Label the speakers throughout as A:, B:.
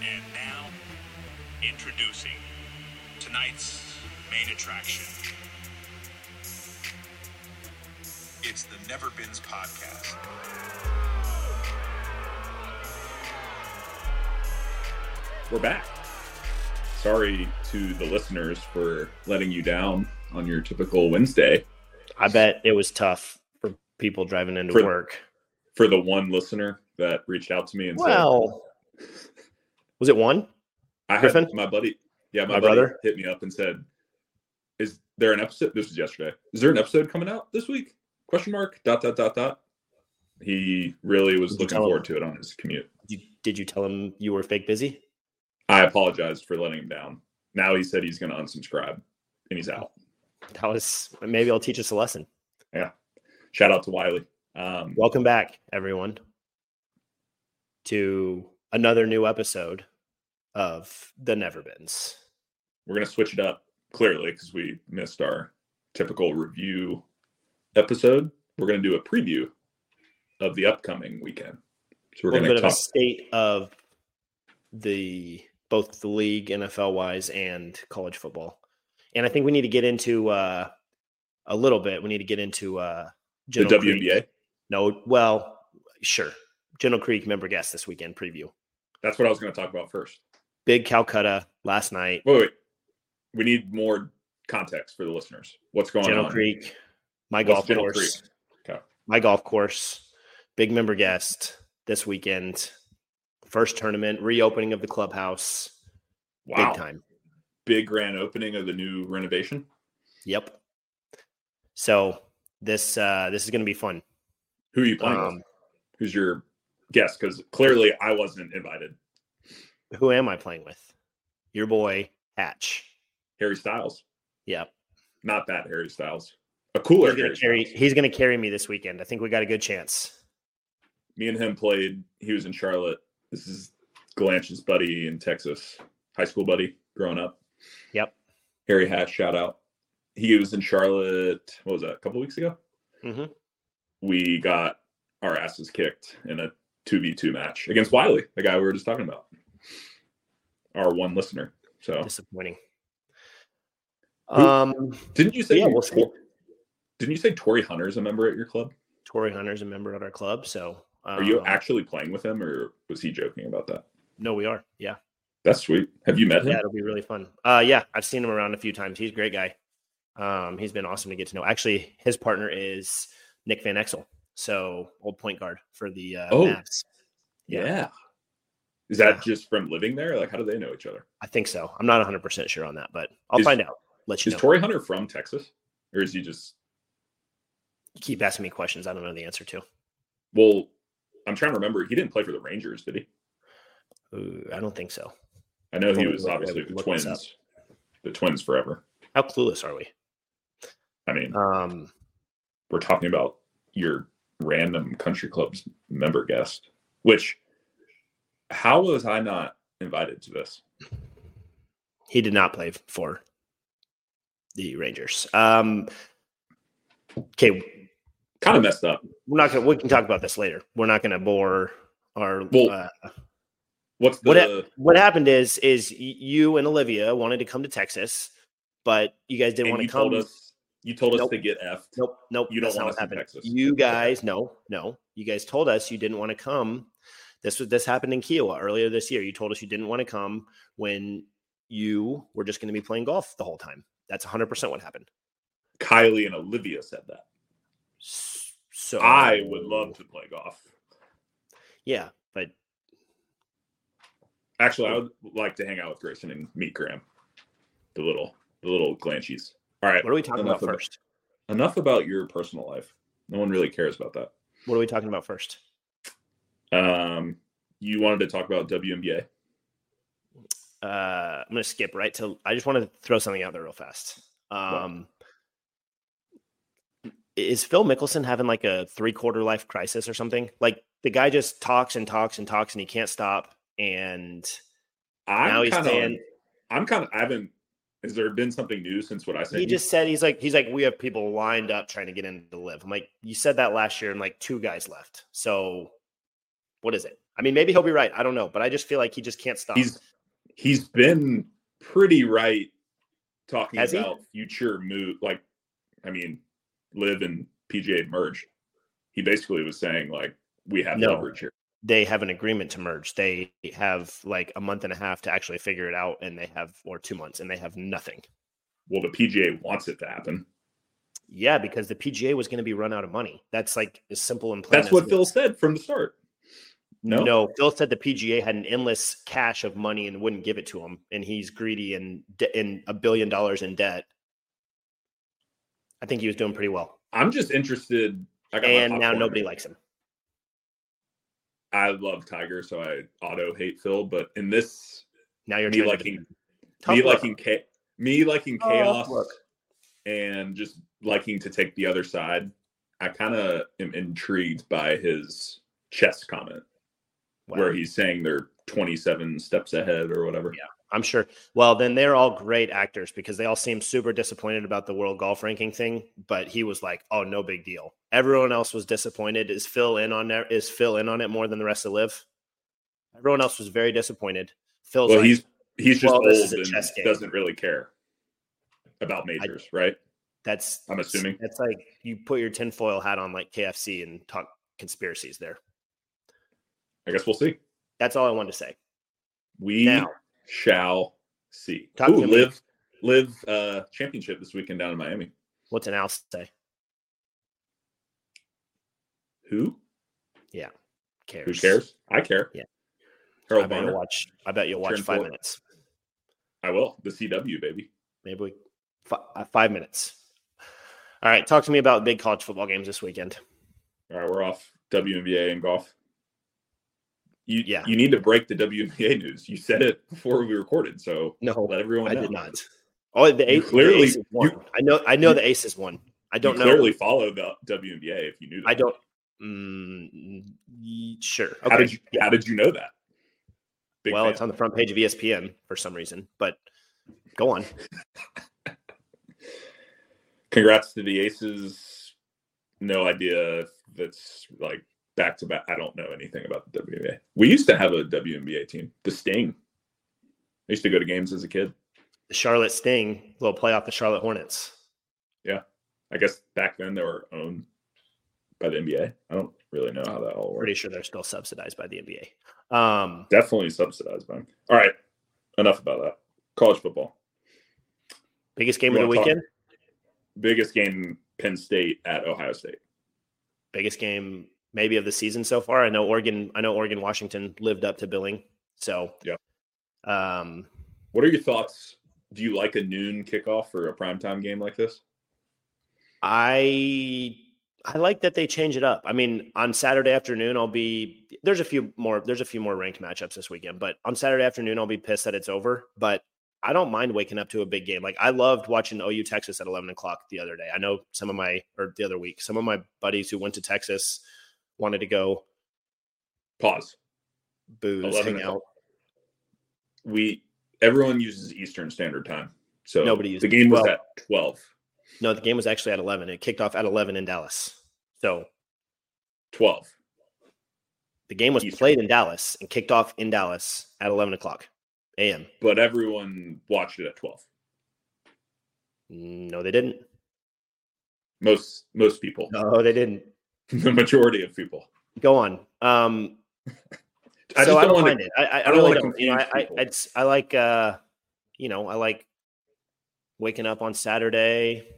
A: And now, introducing tonight's main attraction. It's the Never Bins Podcast.
B: We're back. Sorry to the listeners for letting you down on your typical Wednesday.
C: I bet it was tough for people driving into
B: For-
C: work.
B: For the one listener that reached out to me and said,
C: Well, was it one?
B: "I had
C: Griffin?
B: my buddy, yeah, my,
C: My
B: buddy
C: brother?
B: hit me up and said, "Is there an episode? This was yesterday. Is there an episode coming out this week? Question mark. Dot dot dot dot." He really was
C: Did you
B: looking
C: tell him?
B: forward to it on his commute.
C: Did you, did you tell him you were fake busy?
B: I apologized for letting him down. Now he said he's going to unsubscribe, and he's out.
C: That was maybe it'll teach us a lesson.
B: Shout out to Wiley. Um,
C: Welcome back, everyone, to another new episode of the Never Bins.
B: we're going to switch it up clearly because we missed our typical review episode. We're going to do a preview of the upcoming weekend. So we're
C: A little
B: going
C: bit
B: to
C: of a
B: talk.
C: state of the both the league, NFL wise, and college football. And I think we need to get into uh, a little bit. We need to get into uh,
B: The
C: General Creek.
B: WNBA.
C: No, well, sure. General Creek member guest this weekend preview.
B: That's what I was going to talk about first.
C: Big Calcutta last night.
B: Wait, wait, wait. We need more context for the listeners. What's going
C: General
B: on?
C: Creek, my
B: What's
C: golf
B: General
C: course.
B: Creek? Okay.
C: My golf course. Big member guest this weekend. First tournament, reopening of the clubhouse.
B: Wow.
C: Big time.
B: Big grand opening of the new renovation.
C: Yep. So this uh this is gonna be fun.
B: Who are you playing
C: Um,
B: with? Who's your guest? Because clearly I wasn't invited.
C: who am I playing with? Your boy Hatch.
B: Harry Styles.
C: Yep.
B: Not that Harry Styles. A cooler
C: He's gonna
B: Harry
C: carry
B: Styles.
C: he's gonna carry me this weekend. I think we got a good chance.
B: me and him played. He was in Charlotte. This is Galanch's buddy in Texas, high school buddy growing up.
C: Yep.
B: Harry Hatch, shout out. He was in Charlotte, what was that, a couple weeks ago?
C: hmm
B: We got our asses kicked in a 2v2 match against Wiley, the guy we were just talking about, our one listener. So
C: disappointing.
B: Oh. Who-
C: Um,
B: didn't you say,
C: Yeah, we'll see.
B: didn't you say Tori Hunter's a member at your club?
C: Tory Hunter's a member at our club, so um,
B: Are you actually playing with him or was he joking about that?
C: No, we are. Yeah,
B: That's sweet. Have you met him?
C: yeah, it'll be really fun. Uh, yeah, I've seen him around a few times. He's a great guy. Um, he's been awesome to get to know. Actually, his partner is Nick Van Exel, so old point guard for the uh,
B: Oh.
C: Mavs.
B: Yeah.
C: Yeah.
B: Is that
C: Yeah.
B: just from living there? Like, how do they know each other?
C: I think so. I'm not 100 percent sure on that, but I'll
B: Is-
C: find out. Let you
B: Is
C: know.
B: Tory Hunter from Texas, or is he just?
C: you keep asking me questions. I don't know the answer to.
B: Well, I'm trying to remember. He didn't play for the Rangers, did he?
C: Ooh, I don't think so.
B: I know he
C: Totally
B: was
C: look-
B: obviously the
C: look this
B: Twins. The Twins forever.
C: How clueless are we?
B: I mean,
C: Um,
B: we're talking about your random country club's member guest. Which, how was I not invited to this?
C: he did not play for the Rangers. Um, okay,
B: Kind of messed up.
C: we're not gonna. We can talk about this later. We're not gonna bore our.
B: Well-
C: uh,
B: What's the?
C: What what happened is is y- you and Olivia wanted to come to Texas, but you guys didn't
B: and
C: want
B: you
C: to come.
B: told us you told us
C: Nope.
B: to get effed.
C: nope, nope.
B: you don't
C: that's
B: want
C: not
B: us
C: what
B: in
C: happened.
B: Texas.
C: You guys, no, no. You guys told us you didn't want to come. This was this happened in Kiowa earlier this year. You told us you didn't want to come when you were just going to be playing golf the whole time. That's 100% what happened.
B: Kylie and Olivia said that.
C: S- So
B: I would
C: Oh.
B: love to play golf.
C: Yeah, but
B: Actually, I would like to hang out with Grayson and meet Graham, the little the little glanchies. All right,
C: what are we talking
B: Enough
C: about
B: of it.
C: first?
B: enough about your personal life. No one really cares about that.
C: What are we talking about first?
B: Um, you wanted to talk about WNBA.
C: Uh, I'm going to skip right to. I just want to throw something out there real fast. Um, is Phil Mickelson having like a three quarter life crisis or something? Like the guy just talks and talks and talks and he can't stop. And now
B: I'm
C: he's
B: kind of
C: saying
B: I'm kind of I haven't. Has there been something new since what I said?
C: he just said he's like he's like we have people lined up trying to get into live. I'm like you said that last year and like two guys left. So what is it? I mean, maybe he'll be right. I don't know, but I just feel like he just can't stop.
B: He's he's been pretty right talking
C: Has he?
B: about future move. Like, I mean, live and PGA merge. He basically was saying like we have
C: No.
B: leverage here.
C: they have an agreement to merge. They have like a month and a half to actually figure it out, and they have or two months, and they have nothing.
B: Well, the PGA wants it to happen.
C: Yeah, because the PGA was going to be run out of money. That's like as simple and plain.
B: That's
C: as
B: what
C: it
B: Phil said from the start. No,
C: No, Phil said the PGA had an endless cache of money and wouldn't give it to him, and he's greedy and de- and a billion dollars in debt. I think he was doing pretty well,
B: I'm just interested. I got my
C: and now
B: popcorn.
C: nobody likes him.
B: I love Tiger, so I auto hate Phil. But in this,
C: Now you're
B: Me
C: trying to
B: liking-
C: defend him. Tough
B: me
C: luck.
B: liking cha- me liking
C: Tough
B: chaos
C: luck.
B: and just liking to take the other side. I kind of am intrigued by his chess comment
C: Wow.
B: where he's saying they're 27 steps ahead or whatever.
C: Yeah. I'm sure. Well, then they're all great actors because they all seem super disappointed about the world golf ranking thing. But he was like, "Oh, no big deal." Everyone else was disappointed. Is Phil in on there? Is Phil in on it more than the rest of Live? Everyone else was very disappointed. Phil's
B: Well,
C: like,
B: he's he's just
C: Well, this is
B: old
C: a
B: and
C: chess game.
B: doesn't really care about majors, right?
C: That's
B: I'm assuming.
C: that's like you put your tinfoil hat on like KFC and talk conspiracies there.
B: I guess we'll see.
C: That's all I wanted to say.
B: We
C: Now.
B: shall see.
C: Talk
B: Ooh,
C: to me.
B: live live uh championship this weekend down in Miami.
C: What's an Al say?
B: Who?
C: Cares.
B: Who cares? I care.
C: Yeah. I
B: Harold
C: bet
B: Varner.
C: you'll watch. I bet you'll watch
B: Turn
C: five
B: four.
C: minutes.
B: I will. The CW baby.
C: Maybe we fi- uh, five minutes. All right, talk to me about big college football games this weekend.
B: All right, we're off WNBA and golf. You
C: Yeah.
B: you need to break the WNBA news. You said it before we recorded, so
C: No,
B: let everyone
C: I
B: know.
C: did not. Oh, the
B: You
C: ace
B: clearly-
C: The aces won.
B: you-
C: I know. I know
B: you-
C: the aces won. I don't
B: you
C: know.
B: clearly follow the WNBA if you knew that.
C: I don't. Mm, y- sure.
B: How did you how did you know that? Big
C: well,
B: fan.
C: it's on the front page of E ESPN for some reason, but go on.
B: congrats to the aces no idea if that's like back to back i don't know anything about the WNBA. we used to have a WNBA team the sting i used to go to games as a kid
C: The Charlotte Sting will play off the Charlotte Hornets.
B: i guess back then they were owned by the nba i don't really know how that all
C: Pretty
B: works
C: sure they're still subsidized by the NBA. Um,
B: definitely subsidized by them all right enough about that college football
C: biggest game
B: You
C: of the
B: wanna talk-
C: weekend.
B: biggest game penn state at ohio state
C: biggest game maybe of the season so far. I know Oregon. I know Oregon Washington lived up to billing. So
B: Yeah.
C: Um,
B: what are your thoughts do you like a noon kickoff or a primetime game like this
C: I I like that they change it up. I mean, on Saturday afternoon, I'll be there's a few more there's a few more ranked matchups this weekend, but on Saturday afternoon, I'll be pissed that it's over. But I don't mind waking up to a big game. Like I loved watching OU Texas at eleven o'clock the other day. I know some of my or the other week, some of my buddies who went to Texas wanted to go
B: pause
C: booze,
B: 11
C: hang
B: o'clock.
C: out.
B: we everyone uses Eastern Standard Time. So
C: Nobody uses-
B: the game was
C: well-
B: at twelve.
C: No, the game was actually at 11. It kicked off at 11 in Dallas. So
B: Twelve.
C: the game was
B: Eastern.
C: played in Dallas and kicked off in Dallas at 11 o'clock a.m.
B: But everyone watched it at twelve.
C: No, they didn't.
B: Most most people.
C: No, they didn't.
B: The majority of people.
C: Go on. Um,
B: I
C: so
B: just
C: I
B: don't
C: don't
B: want
C: mind
B: to
C: it. I, I, I,
B: don't
C: really
B: wanna
C: don't. You know,
B: confuse
C: I, I,
B: people.
C: it's, I like, uh, you know, I like waking up on Saturday,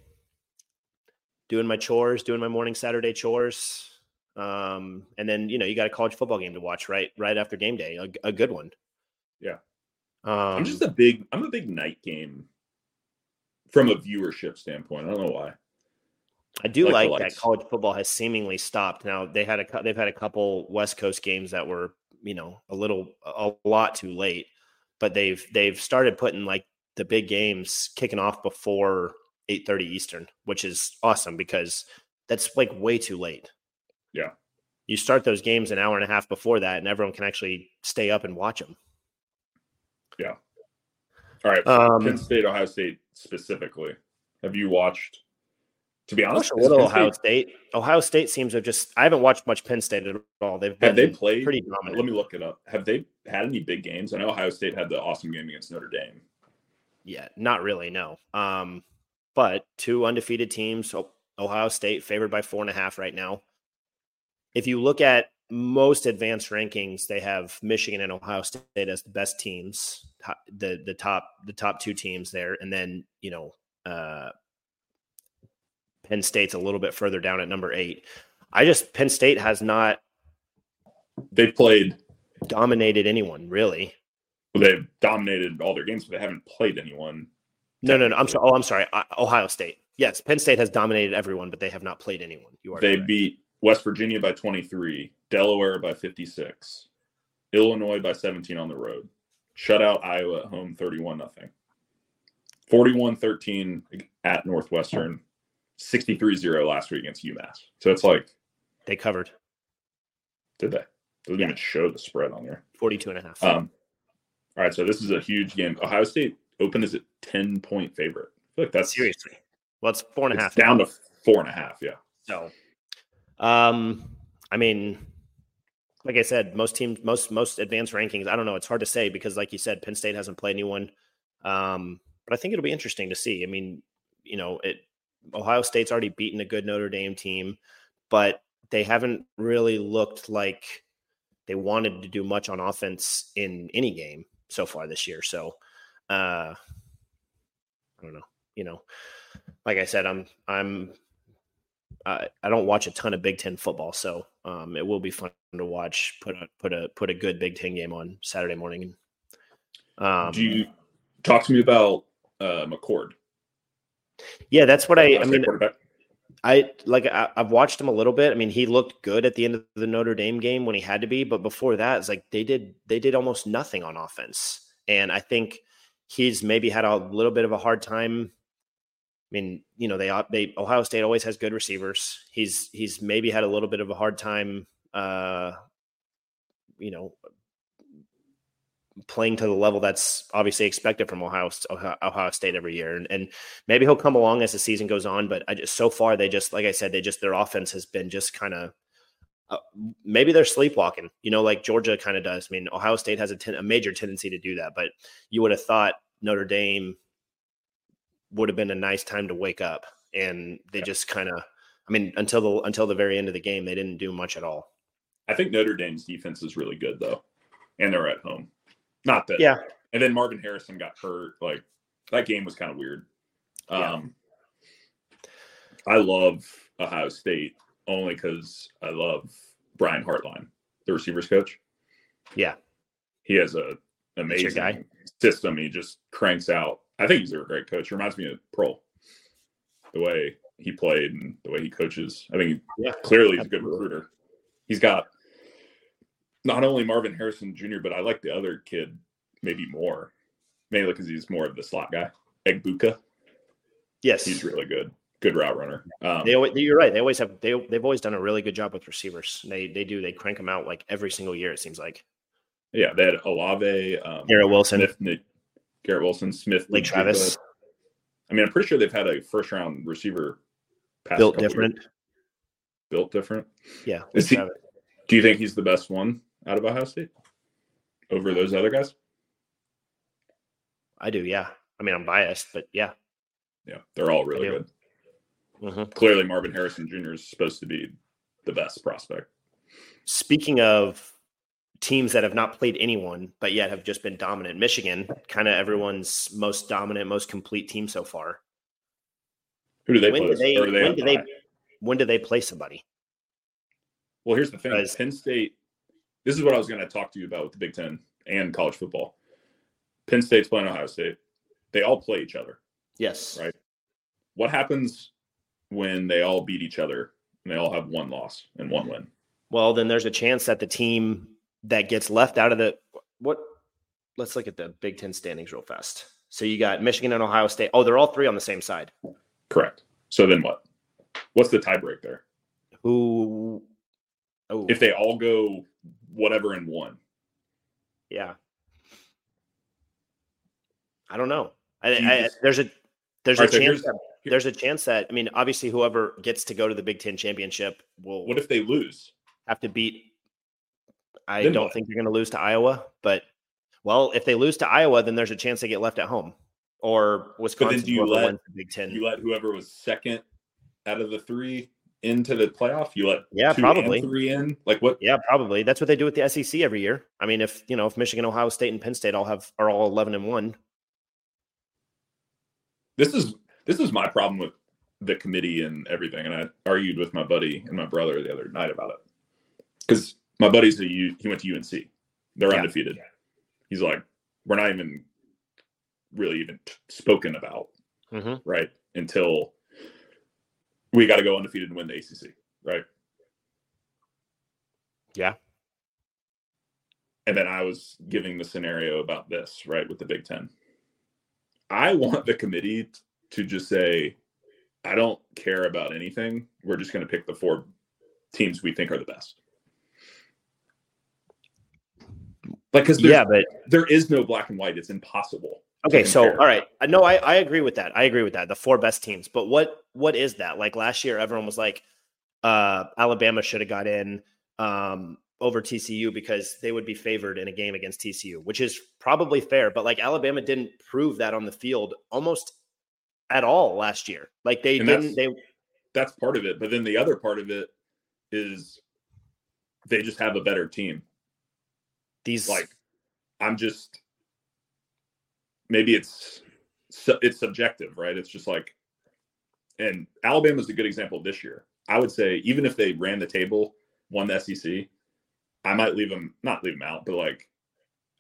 C: doing my chores, doing my morning Saturday chores. Um, and then, you know, you got a college football game to watch right, right after game day, a, a good one.
B: Yeah.
C: Um,
B: I'm just a big I'm a big night game from a viewership standpoint. I don't know why.
C: I do
B: like
C: like,
B: the
C: that
B: lights.
C: college football has seemingly stopped. Now they had a cou- they've had a couple West Coast games that were you know a little a lot too late, but they've they've started putting like the big games kicking off before eight thirty Eastern, which is awesome because that's like way too late.
B: Yeah.
C: you start those games an hour and a half before that, and everyone can actually stay up and watch them.
B: All right.
C: Um,
B: Penn State, Ohio State specifically. Have you watched To be honest,
C: a
B: is Penn
C: little Ohio
B: State-
C: State. Ohio State seems to have just. I haven't watched much Penn State at all. They've been
B: Have they played?
C: pretty
B: Let
C: dominant.
B: me look it up. Have they had any big games? I know Ohio State had the awesome game against Notre Dame.
C: Yeah, not really. No. Um, but two undefeated teams. O- Ohio State favored by four and a half right now. If you look at most advanced rankings, they have Michigan and Ohio State as the best teams, to- the the top the top two teams there, and then you know uh, Penn State's a little bit further down at number eight. I just Penn State has not
B: They played.
C: dominated anyone really.
B: They've dominated all their games, but they haven't played anyone.
C: No, no, no. I'm sorry. Oh, I'm sorry. I, Ohio State. Yes, Penn State has dominated everyone, but they have not played anyone. You are
B: They
C: correct.
B: beat West Virginia by 23, Delaware by 56, Illinois by 17 on the road. Shut out Iowa at home 31 nothing. 41-13 at Northwestern. 63-0 last week against UMass. So it's like
C: they covered
B: did they? Doesn't even show the spread on there.
C: 42 and a half.
B: Um, all right, so this is a huge game. Ohio State open is a ten point favorite. I feel like that's
C: Seriously. Well, it's four and a
B: it's
C: half.
B: down to four and a half. Yeah,
C: So, um, I mean, like I said, most teams, most most advanced rankings. I don't know. It's hard to say because, like you said, Penn State hasn't played anyone. Um, but I think it'll be interesting to see. I mean, you know, it Ohio State's already beaten a good Notre Dame team, but they haven't really looked like they wanted to do much on offense in any game so far this year. So, uh, I don't know. You know, like I said, I'm I'm I, I don't watch a ton of Big Ten football, so um, it will be fun to watch. Put a put a put a good Big Ten game on Saturday morning. Um,
B: do you talk to me about uh, McCord?
C: yeah, that's what I.
B: Ohio
C: I
B: State
C: mean,
B: quarterback.
C: I like I, I've watched him a little bit. I mean, he looked good at the end of the Notre Dame game when he had to be, but before that, it's like they did they did almost nothing on offense, and I think he's maybe had a little bit of a hard time. I mean, you know, they they Ohio State always has good receivers. He's he's maybe had a little bit of a hard time, uh, you know, playing to the level that's obviously expected from Ohio Ohio Ohio State every year, and, and maybe he'll come along as the season goes on but i just so far they just like i said they just their offense has been just kind of uh, maybe they're sleepwalking you know like georgia kind of does i mean ohio state has a, ten, a major tendency to do that but you would have thought notre dame would have been a nice time to wake up and they
B: Yeah.
C: just kind of i mean until the until the very end of the game they didn't do much at all
B: I think Notre Dame's defense is really good though, and they're at home. Not that.
C: Yeah.
B: And then Marvin Harrison got hurt. Like that game was kind of weird.
C: Yeah.
B: Um, I love Ohio State only because I love Brian Hartline, the receivers coach.
C: Yeah.
B: He has a
C: That's your
B: amazing
C: guy.
B: system. He just cranks out. I think he's a great coach. Reminds me of Prohl, the way he played and the way he coaches. I think he
C: Yeah.
B: clearly he's a good
C: Absolutely.
B: recruiter. He's got not only Marvin Harrison Jr., but I like the other kid maybe more, mainly because he's more of the slot guy. Egbuka,
C: yes
B: he's really good, good route runner. Um,
C: They always, you're right. They always have they they've always done a really good job with receivers. They they do they crank them out like every single year. It seems like
B: yeah, they had Olave, um,
C: Garrett Wilson,
B: Smith, Ni- Garrett Wilson, Smith,
C: Lake
B: Njoku.
C: Travis,
B: I mean, I'm pretty sure they've had a first round receiver past
C: built
B: couple years.
C: different.
B: built different.
C: Yeah, Lake
B: Is he-
C: Travis.
B: Do you think he's the best one out of Ohio State over those other guys?
C: I do. Yeah, I mean I'm biased, but yeah.
B: Yeah, they're all really
C: I do.
B: good.
C: Mhm.
B: Clearly, Marvin Harrison Jr. is supposed to be the best prospect.
C: Speaking of teams that have not played anyone but yet have just been dominant, Michigan kind of everyone's most dominant, most complete team so far.
B: Who do they
C: when
B: play?
C: do they,
B: Or are
C: when
B: on
C: do
B: the
C: they
B: bye?
C: when do they play somebody?
B: Well, here's the thing:
C: Because-
B: Penn State. This is what I was going to talk to you about with the Big Ten and college football. Penn State's playing Ohio State. They all play each other.
C: Yes,
B: Right. What happens when they all beat each other and they all have one loss and one win?
C: Well, then there's a chance that the team that gets left out of the what? Let's look at the Big Ten standings real fast. So you got Michigan and Ohio State. Oh, they're all three on the same side.
B: Correct. So then what? What's the tiebreak there?
C: Who? Oh,
B: If they all go whatever and one,
C: yeah. I don't know. I,
B: You
C: I,
B: just-
C: there's a there's
B: All
C: a
B: right, so here's-
C: chance that there's a chance that I mean, obviously, whoever gets to go to the Big Ten championship will
B: What if they lose?
C: have to beat. I
B: Then
C: don't
B: what?
C: think they're going to lose to Iowa, but well, if they lose to Iowa, then there's a chance they get left at home or Wisconsin.
B: do you
C: whoever
B: let-
C: wins the Big Ten?
B: You let whoever was second out of the three into the playoff. You let
C: yeah,
B: two and
C: probably.
B: three in. Like what?
C: Yeah, probably. That's what they do with the SEC every year. I mean, if you know, if Michigan, Ohio State, and Penn State all have are all eleven and one,
B: This is this is my problem with the committee and everything. And I argued with my buddy and my brother the other night about it because my buddy's a U, he went to UNC. They're
C: Yeah.
B: undefeated. He's like, we're not even really even t- spoken about
C: Mhm.
B: right until we got to go undefeated and win the ACC, right?
C: Yeah.
B: And then I was giving the scenario about this, right, with the Big Ten. I want the committee t- to just say, I don't care about anything. We're just going to pick the four teams we think are the best. Like, because
C: yeah, but
B: there is no black and white. It's impossible.
C: Okay, so
B: compare.
C: all right, I- no, I, I agree with that. I agree with that. The four best teams, but what what is that? Like last year, everyone was like, uh, Alabama should have got in um, over TCU because they would be favored in a game against TCU, which is probably fair. But like Alabama didn't prove that on the field almost at all last year. Like they
B: And
C: didn't. They
B: That's part of it. But then the other part of it is they just have a better team.
C: these
B: Like, I'm just maybe it's su- it's subjective, right? It's just like, and Alabama's a good example this year. I would say even if they ran the table, won the SEC, I might leave them not leave them out, but like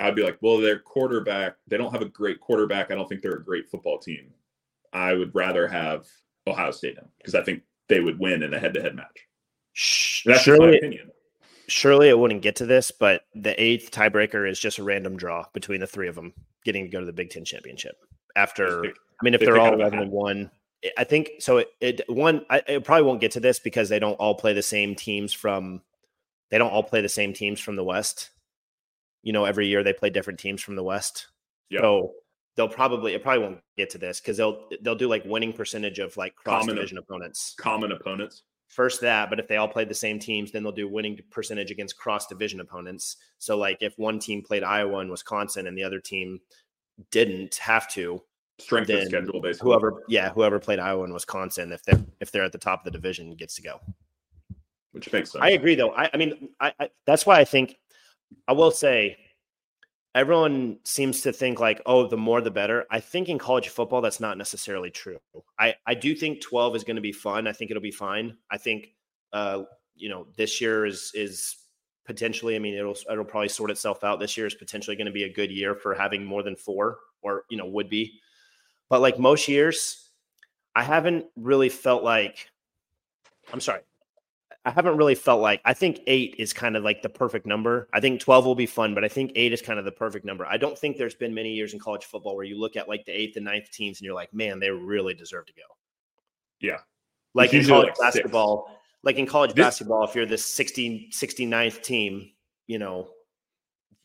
B: I'd be like, well, their quarterback, they don't have a great quarterback. I don't think they're a great football team. I would rather have Ohio State now because I think they would win in a head-to-head match.
C: sh-
B: That's just my
C: surely
B: opinion.
C: surely it wouldn't get to this, but the eighth tiebreaker is just a random draw between the three of them getting to go to the Big Ten championship after. I mean, if
B: They
C: they're
B: pick
C: all
B: out of a
C: eleven
B: hat.
C: and one, I- I think so. It, it one, I it probably won't get to this because they don't all play the same teams from. They don't all play the same teams from the West. You know, every year they play different teams from the West.
B: Yeah.
C: So they'll probably it probably won't get to this because they'll they'll do like winning percentage of like cross
B: Common-
C: division opponents.
B: Common opponents.
C: First that, but if they all played the same teams, then they'll do winning percentage against cross division opponents. So like if one team played Iowa and Wisconsin and the other team didn't have to,
B: Strength
C: Then
B: of schedule, basically.
C: whoever yeah whoever played iowa and wisconsin if they're if they're at the top of the division gets to go
B: which makes sense.
C: i agree though i, I mean I, I that's why i think i will say everyone seems to think like oh the more the better i think in college football that's not necessarily true i i do think 12 is going to be fun i think it'll be fine i think uh you know this year is is potentially i mean it'll it'll probably sort itself out this year is potentially going to be a good year for having more than four or you know would be but like most years i haven't really felt like i'm sorry i haven't really felt like i think eight is kind of like the perfect number i think 12 will be fun but i think eight is kind of the perfect number i don't think there's been many years in college football where you look at like the eighth and ninth teams and you're like man they really deserve to go
B: Yeah. It's
C: like in
B: usually
C: college
B: like six.
C: basketball like in college
B: This-
C: basketball if you're the 16 69th team you know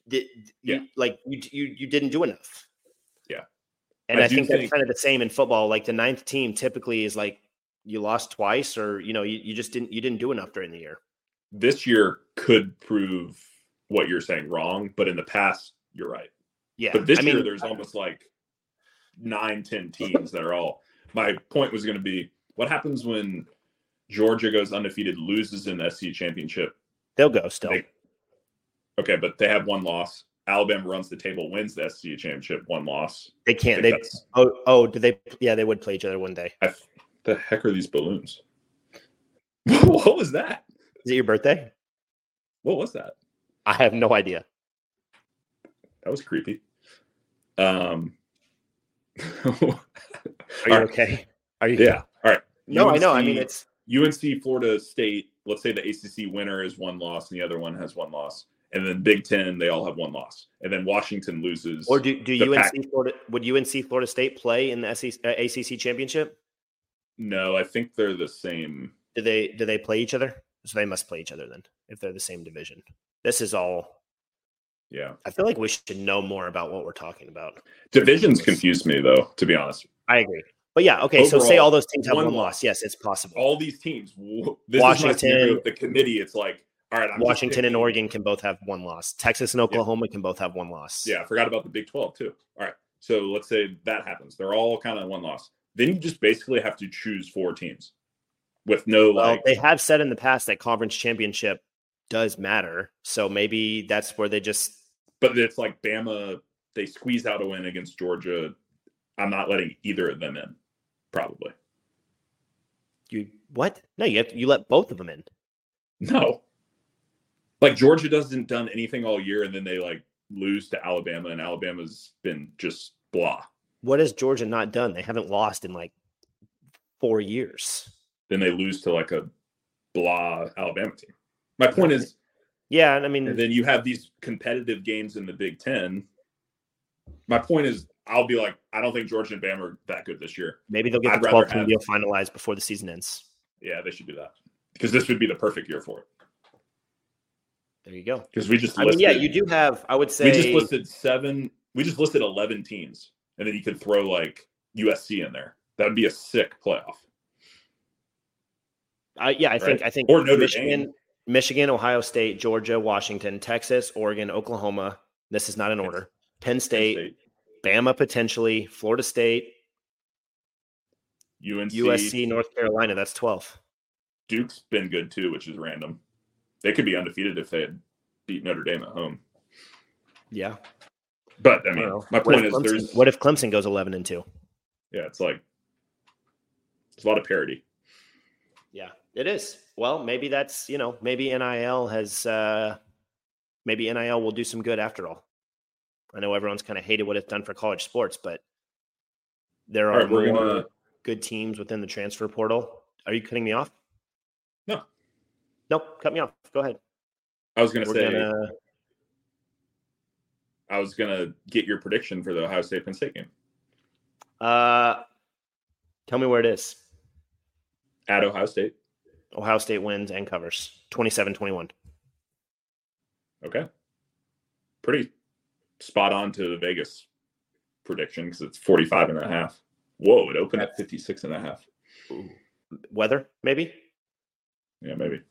C: th- th-
B: Yeah.
C: you, like you, you you didn't do enough
B: Yeah.
C: and
B: I
C: i,
B: do
C: think,
B: think-
C: that's kind of the same in football like the ninth team typically is like you lost twice or you know you, you just didn't you didn't do enough during the year
B: this year could prove what you're saying wrong, but in the past, you're right.
C: yeah
B: But this
C: I
B: year,
C: mean,
B: there's almost like nine, ten teams that are all. My point was going to be what happens when Georgia goes undefeated, loses in the SC championship.
C: they'll go still
B: They- okay, but they have one loss. Alabama runs the table, wins the SC championship, one loss.
C: they
B: I
C: can't
B: think
C: they
B: that's-
C: oh oh do they yeah they would play each other one day
B: I, the heck are these balloons? what was that?
C: is it your birthday
B: What was that?
C: i have no idea
B: That was creepy. Um,
C: are you
B: All right.
C: okay are you
B: Yeah. All right.
C: no i know i
B: UNC
C: mean it's
B: UNC, Florida State. Let's say the ACC winner is one loss, and the other one has one loss, and then Big Ten they all have one loss, and then Washington loses.
C: Or do, do
B: the
C: UNC
B: pack.
C: Florida would UNC Florida State play in the SEC, uh, ACC championship?
B: no, I think they're the same.
C: Do they do they play each other? So they must play each other then if they're the same division. This is all.
B: Yeah,
C: I feel like we should know more about what we're talking about.
B: divisions confuse me though. To be honest,
C: I agree. But yeah, okay. so say
B: Overall,
C: all those teams have
B: one Oh,
C: one,
B: loss.
C: loss. Yes, it's possible.
B: All these teams. w- This Washington, is my
C: Washington.
B: scenario with the committee. It's like, all right, I'm just
C: Washington and
B: picking-
C: Oregon can both have one loss. Texas and Oklahoma can both have one loss.
B: Yeah, I forgot about the Big 12 too. All right. So let's say that happens. They're all kind of one loss. Then you just basically have to choose four teams with no
C: Well,
B: like
C: they have said in the past that conference championship does matter. So maybe that's where they just
B: but it's like Bama they squeeze out a win against Georgia. I'm not letting either of them in probably.
C: you what? No, you have to, you let both of them in.
B: No. Like Georgia doesn't done anything all year and then they like lose to Alabama and Alabama's been just blah.
C: What has Georgia not done? They haven't lost in like four years.
B: Then they lose to like a blah Alabama team. My point is
C: Yeah, and I mean,
B: and then you have these competitive games in the Big Ten. My point is, I'll be like, I don't think Georgia and Bama are that good this year.
C: maybe they'll get
B: I'd
C: the
B: rather
C: 12 team
B: have-
C: deal finalized before the season ends.
B: Yeah, they should do that because this would be the perfect year for it.
C: There you go.
B: Because we just
C: I
B: listed,
C: mean, yeah, you do have. I would
B: we
C: say
B: just listed seven, we just listed eleven teams, and then you could throw like USC in there. That would be a sick playoff.
C: I, yeah, I think I think
B: Or Notre
C: Michigan,
B: Dame.
C: Michigan, Ohio State, Georgia, Washington, Texas, Oregon, Oklahoma. This is not in
B: Penn-
C: order. Penn
B: Penn
C: State, Bama potentially, Florida State,
B: UNC,
C: USC, North Carolina. That's twelve.
B: Duke's been good too, which is random. They could be undefeated if they had beat Notre Dame at home.
C: Yeah,
B: But I
C: I
B: mean,
C: don't know.
B: my
C: What if
B: point is,
C: Clemson-
B: there's
C: what if Clemson goes eleven and two?
B: yeah, it's like it's a lot of parity.
C: Yeah, it is. Well, maybe that's you know maybe NIL has uh maybe NIL will do some good after all. I know everyone's kind of hated what it's done for college sports, but there
B: All
C: are
B: right, we're
C: more
B: gonna
C: good teams within the transfer portal. Are you cutting me off?
B: No.
C: Nope, cut me off. Go ahead.
B: I was gonna
C: We're
B: say
C: gonna-
B: I was gonna get your prediction for the Ohio State Penn State game
C: uh, tell me where it is.
B: at Ohio State.
C: Ohio State wins and covers 27 21.
B: Okay, pretty spot on to the Vegas prediction because it's 45 and a half. Whoa, it opened at 56 and a half.
C: Weather, maybe?
B: Yeah, maybe.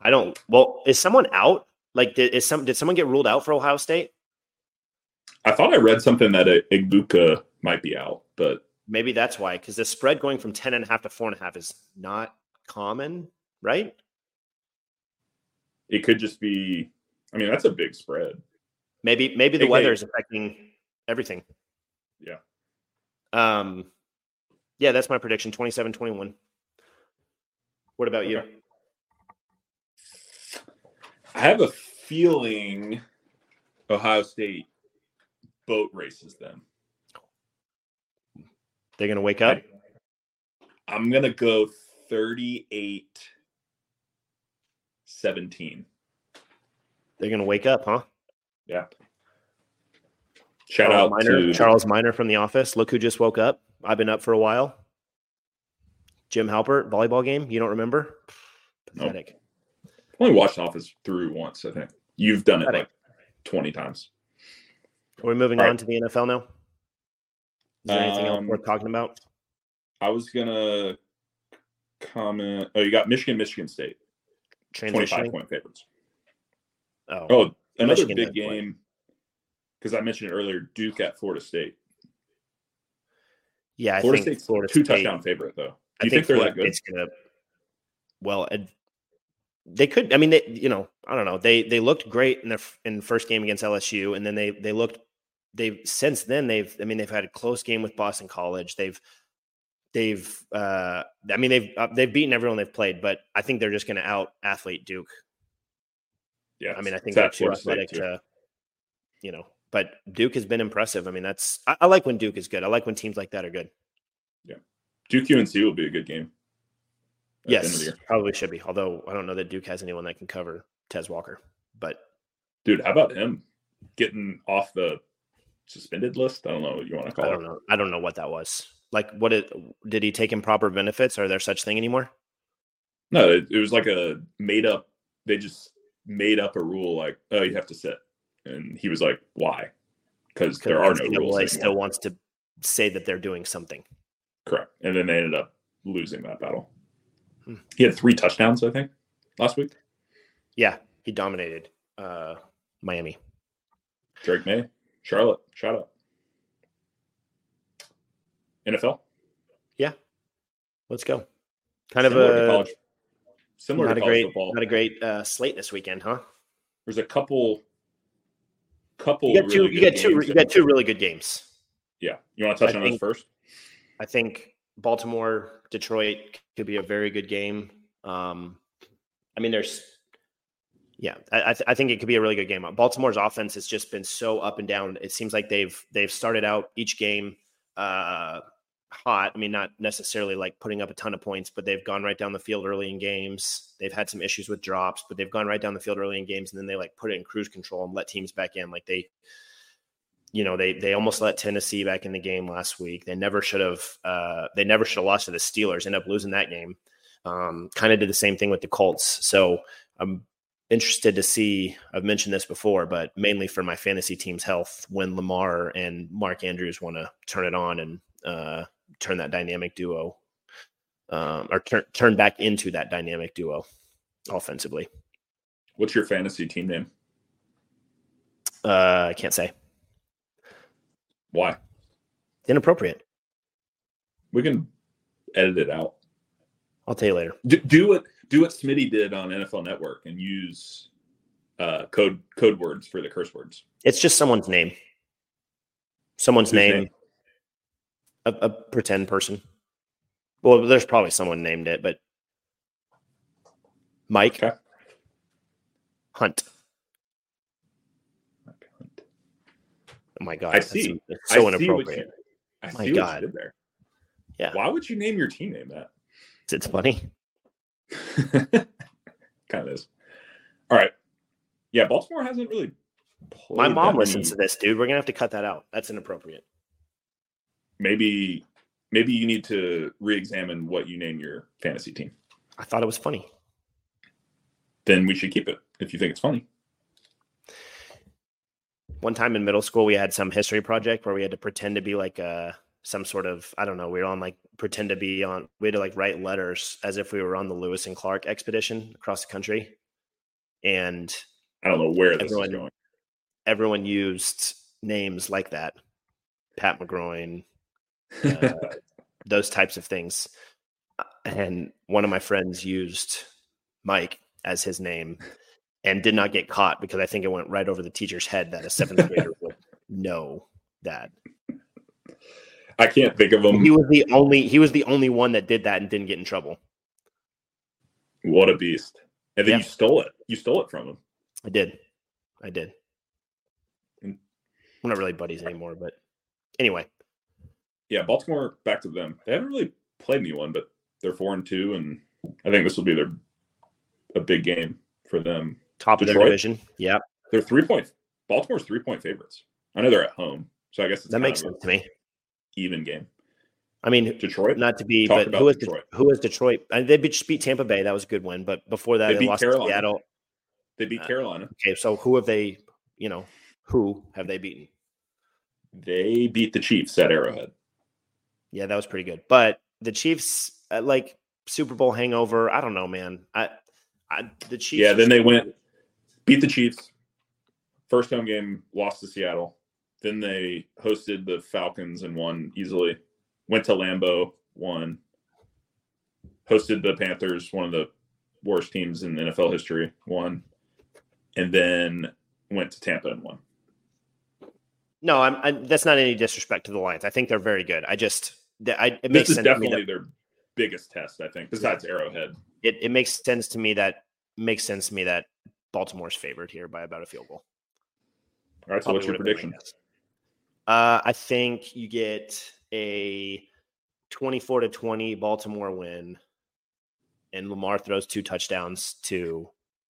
C: I don't. Well, is someone out? Like, did, is some, did someone get ruled out for Ohio State?
B: I thought I read something that uh, Igbuka might be out, but
C: Maybe that's why, because the spread going from 10 and a half to four and a half is not common, right?
B: it could just be. I mean, that's a big spread.
C: Maybe, maybe the
B: Hey,
C: weather
B: hey.
C: is affecting everything.
B: Yeah.
C: Um, yeah, that's my prediction 27 21. What about you?
B: Okay. I have a feeling Ohio State boat races them.
C: They're going to wake up.
B: I'm going to go 38 17.
C: They're going to wake up, huh?
B: Shout
C: Charles
B: out
C: Miner,
B: to
C: Charles Miner from the office. Look who just woke up. I've been up for a while. Jim Halpert, volleyball game. You don't remember?
B: Nope.
C: Pathetic.
B: I only watched Office through once, I think. You've done it
C: Pathetic.
B: like 20 times.
C: Are we moving
B: All
C: on
B: right.
C: to the NFL now? Is there anything else
B: Um,
C: worth talking about?
B: I was going to comment. Oh, you got Michigan, Michigan State, 25
C: Transitioning.
B: point favorites.
C: Oh,
B: Oh, another
C: Michigan
B: big
C: does play.
B: game because I mentioned it earlier Duke at Florida State.
C: yeah. I
B: Florida
C: think
B: State's
C: Florida
B: Two
C: State-
B: touchdown favorite, though.
C: I
B: Do you think, they're
C: Florida
B: that good?
C: State's gonna- well, and they could. I mean, they you know, I don't know. They they looked great in their f- in the first game against LSU, and then they they looked. They've since then they've I mean they've had a close game with Boston College. They've they've uh I mean they've uh, they've beaten everyone they've played, but I think they're just going to out athlete Duke.
B: Yeah.
C: I mean I think uh,
B: it's
C: they're
B: at Florida
C: too
B: State,
C: athletic
B: too.
C: to you know. But Duke has been impressive. I mean that's I, I like when Duke is good. I like when teams like that are good.
B: Duke UNC will be a good game. at the end of the
C: Yes,
B: year.
C: probably should be. Although I don't know that Duke has anyone that can cover Tez Walker. But
B: Dude, how about him getting off the suspended list? I don't know what you want to
C: I
B: call
C: don't
B: it.
C: know. I don't know what that was. Like, what it, did he take improper benefits? Are there such thing anymore?
B: No, it, it was like a made up, they just made up a rule like, oh, you have to sit. And he was like, why? Because there are no
C: NCAA
B: rules.
C: still
B: Anymore.
C: wants to say that they're doing something.
B: Correct. And then they ended up losing that battle.
C: Hmm.
B: He had three touchdowns, I think, last week.
C: Yeah, he dominated uh, Miami.
B: Drake May, Charlotte, shout out. NFL,
C: Let's go. Kind of
B: similar to
C: a
B: college, similar
C: not
B: to
C: a
B: college
C: great
B: football.
C: not a great uh, slate this weekend, huh?
B: There's a couple, couple.
C: You got two.
B: really
C: you
B: good
C: got two.
B: games
C: You
B: that-
C: got two really good games.
B: Yeah, you want to touch
C: I
B: on those
C: think-
B: first?
C: I think Baltimore, Detroit could be a very good game. Um, I mean, there's, yeah, I, I, th- I think it could be a really good game. Baltimore's offense has just been so up and down. It seems like they've they've started out each game uh, hot. I mean, not necessarily like putting up a ton of points, but they've gone right down the field early in games. They've had some issues with drops, but they've gone right down the field early in games, and then they like put it in cruise control and let teams back in. Like they you know they they almost let Tennessee back in the game last week. They never should have uh, they never should have lost to the Steelers. End up losing that game. Um, kind of did the same thing with the Colts. So I'm interested to see. I've mentioned this before, but mainly for my fantasy team's health, when Lamar and Mark Andrews want to turn it on and uh, turn that dynamic duo, um, or turn turn back into that dynamic duo offensively.
B: What's your fantasy team name?
C: Uh, I can't say
B: Why?
C: inappropriate.
B: We can edit it out.
C: I'll tell you later.
B: Do, do what do what Smitty did on NFL Network and use uh, code code words for the curse words.
C: It's just someone's name. Someone's
B: Whose
C: name.
B: name?
C: A, a pretend person. Well, there's probably someone named it, but Mike
B: Okay.
C: Hunt. Oh my god!
B: I
C: that's
B: see.
C: so- that's so
B: I see what you-
C: inappropriate.
B: I see
C: My
B: what
C: God.
B: you did there.
C: Yeah.
B: Why would you name your team name that?
C: It's funny.
B: kind of is. All right. Yeah, Baltimore hasn't really. Played
C: My mom
B: that
C: listens to
B: many-
C: this, dude. We're gonna have to cut that out. That's inappropriate.
B: Maybe, maybe you need to re-examine what you name your fantasy team.
C: I thought it was funny.
B: Then we should keep it if you think it's funny.
C: one time in middle school we had some history project where we had to pretend to be like a some sort of I don't know, we were on like pretend to be on we had to like write letters as if we were on the Lewis and Clark expedition across the country. And
B: I don't know where this
C: Everyone-
B: is going.
C: everyone used names like that. Pat McGroin, uh, those types of things. And one of my friends used Mike as his name and did not get caught because I think it went right over the teacher's head that a seventh grader would know that.
B: I can't think of them.
C: he was the only he was the only one that did that and didn't get in trouble.
B: What a beast! And then you
C: Yeah.
B: stole it. You stole it from him.
C: I did. I did.
B: Mm.
C: We're not really buddies anymore, but anyway,
B: Yeah, Baltimore. Back to them. They haven't really played anyone, but they're four and two, and I think this will be their a big game for them.
C: top of their
B: Detroit?
C: division. Yeah,
B: They're three point. Baltimore's three point favorites. I know they're at home, so I guess it's
C: that
B: kind
C: makes
B: of an
C: sense to me.
B: Even game.
C: I mean,
B: Detroit.
C: not to be,
B: Talk
C: but
B: about
C: who is
B: Detroit.
C: Detroit. who is Detroit? And they beat- just beat Tampa Bay. That was a good win. But before that,
B: They
C: they,
B: beat
C: lost
B: Carolina.
C: to Seattle.
B: They beat
C: uh,
B: Carolina.
C: Okay, so who have they? You know, who have they beaten?
B: They beat the Chiefs at Arrowhead.
C: Yeah, that was pretty good. But the Chiefs, uh, like Super Bowl hangover. I don't know, man. I, I the Chiefs.
B: Yeah. Then they went beat the Chiefs. First home game lost to Seattle. Then they hosted the Falcons and won easily. Went to Lambeau, won. Hosted the Panthers, one of the worst teams in NFL history, won. And then went to Tampa and won.
C: No, I'm, I, that's not any disrespect to the Lions. I think they're very good. I just, th- I, it makes
B: This is
C: sense to me that
B: definitely their biggest test, I think, besides Arrowhead.
C: it, it makes sense to me that makes sense to me that Baltimore's favored here by about a field goal.
B: All right. So, what's your
C: Probably would've
B: prediction?
C: been my guess. Uh, I think you get a 24 to 20 Baltimore win, and Lamar throws two touchdowns to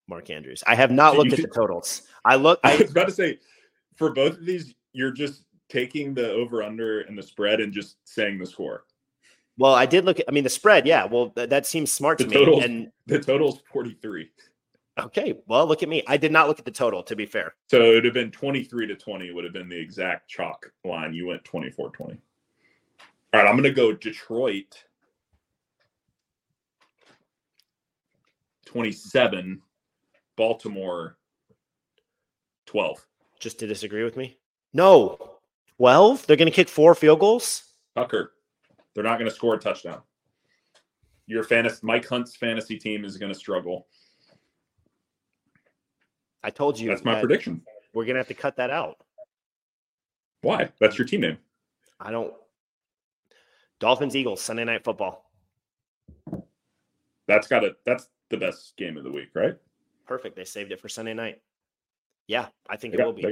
C: Mark Andrews. I have not
B: So
C: looked
B: you
C: at the
B: could-
C: totals. I look,
B: I
C: I,
B: was about to say, for both of these, you're just taking the over under and the spread and just saying the score.
C: well, I did look at, I mean, the spread, yeah, well, th- that seems smart
B: The
C: to
B: totals-
C: me. And
B: The total's 43.
C: Okay. Well, look at me. I did not look at the total, to be fair.
B: So it would have been 23 to 20 would have been the exact chalk line. You went 24 20. All right, I'm going to go Detroit 27, Baltimore 12.
C: Just to disagree with me? No. 12? They're going to kick four field goals?
B: Tucker, they're not going to score a touchdown. Your fantasy, Mike Hunt's fantasy team is going to struggle.
C: I told you.
B: That's my
C: that
B: prediction.
C: We're going to have to cut that out.
B: Why? That's your team name.
C: I don't. Dolphins, Eagles, Sunday night football.
B: That's got to That's the best game of the week, right?
C: Perfect. They saved it for Sunday night. Yeah, I think
B: They
C: it will
B: got,
C: be.
B: they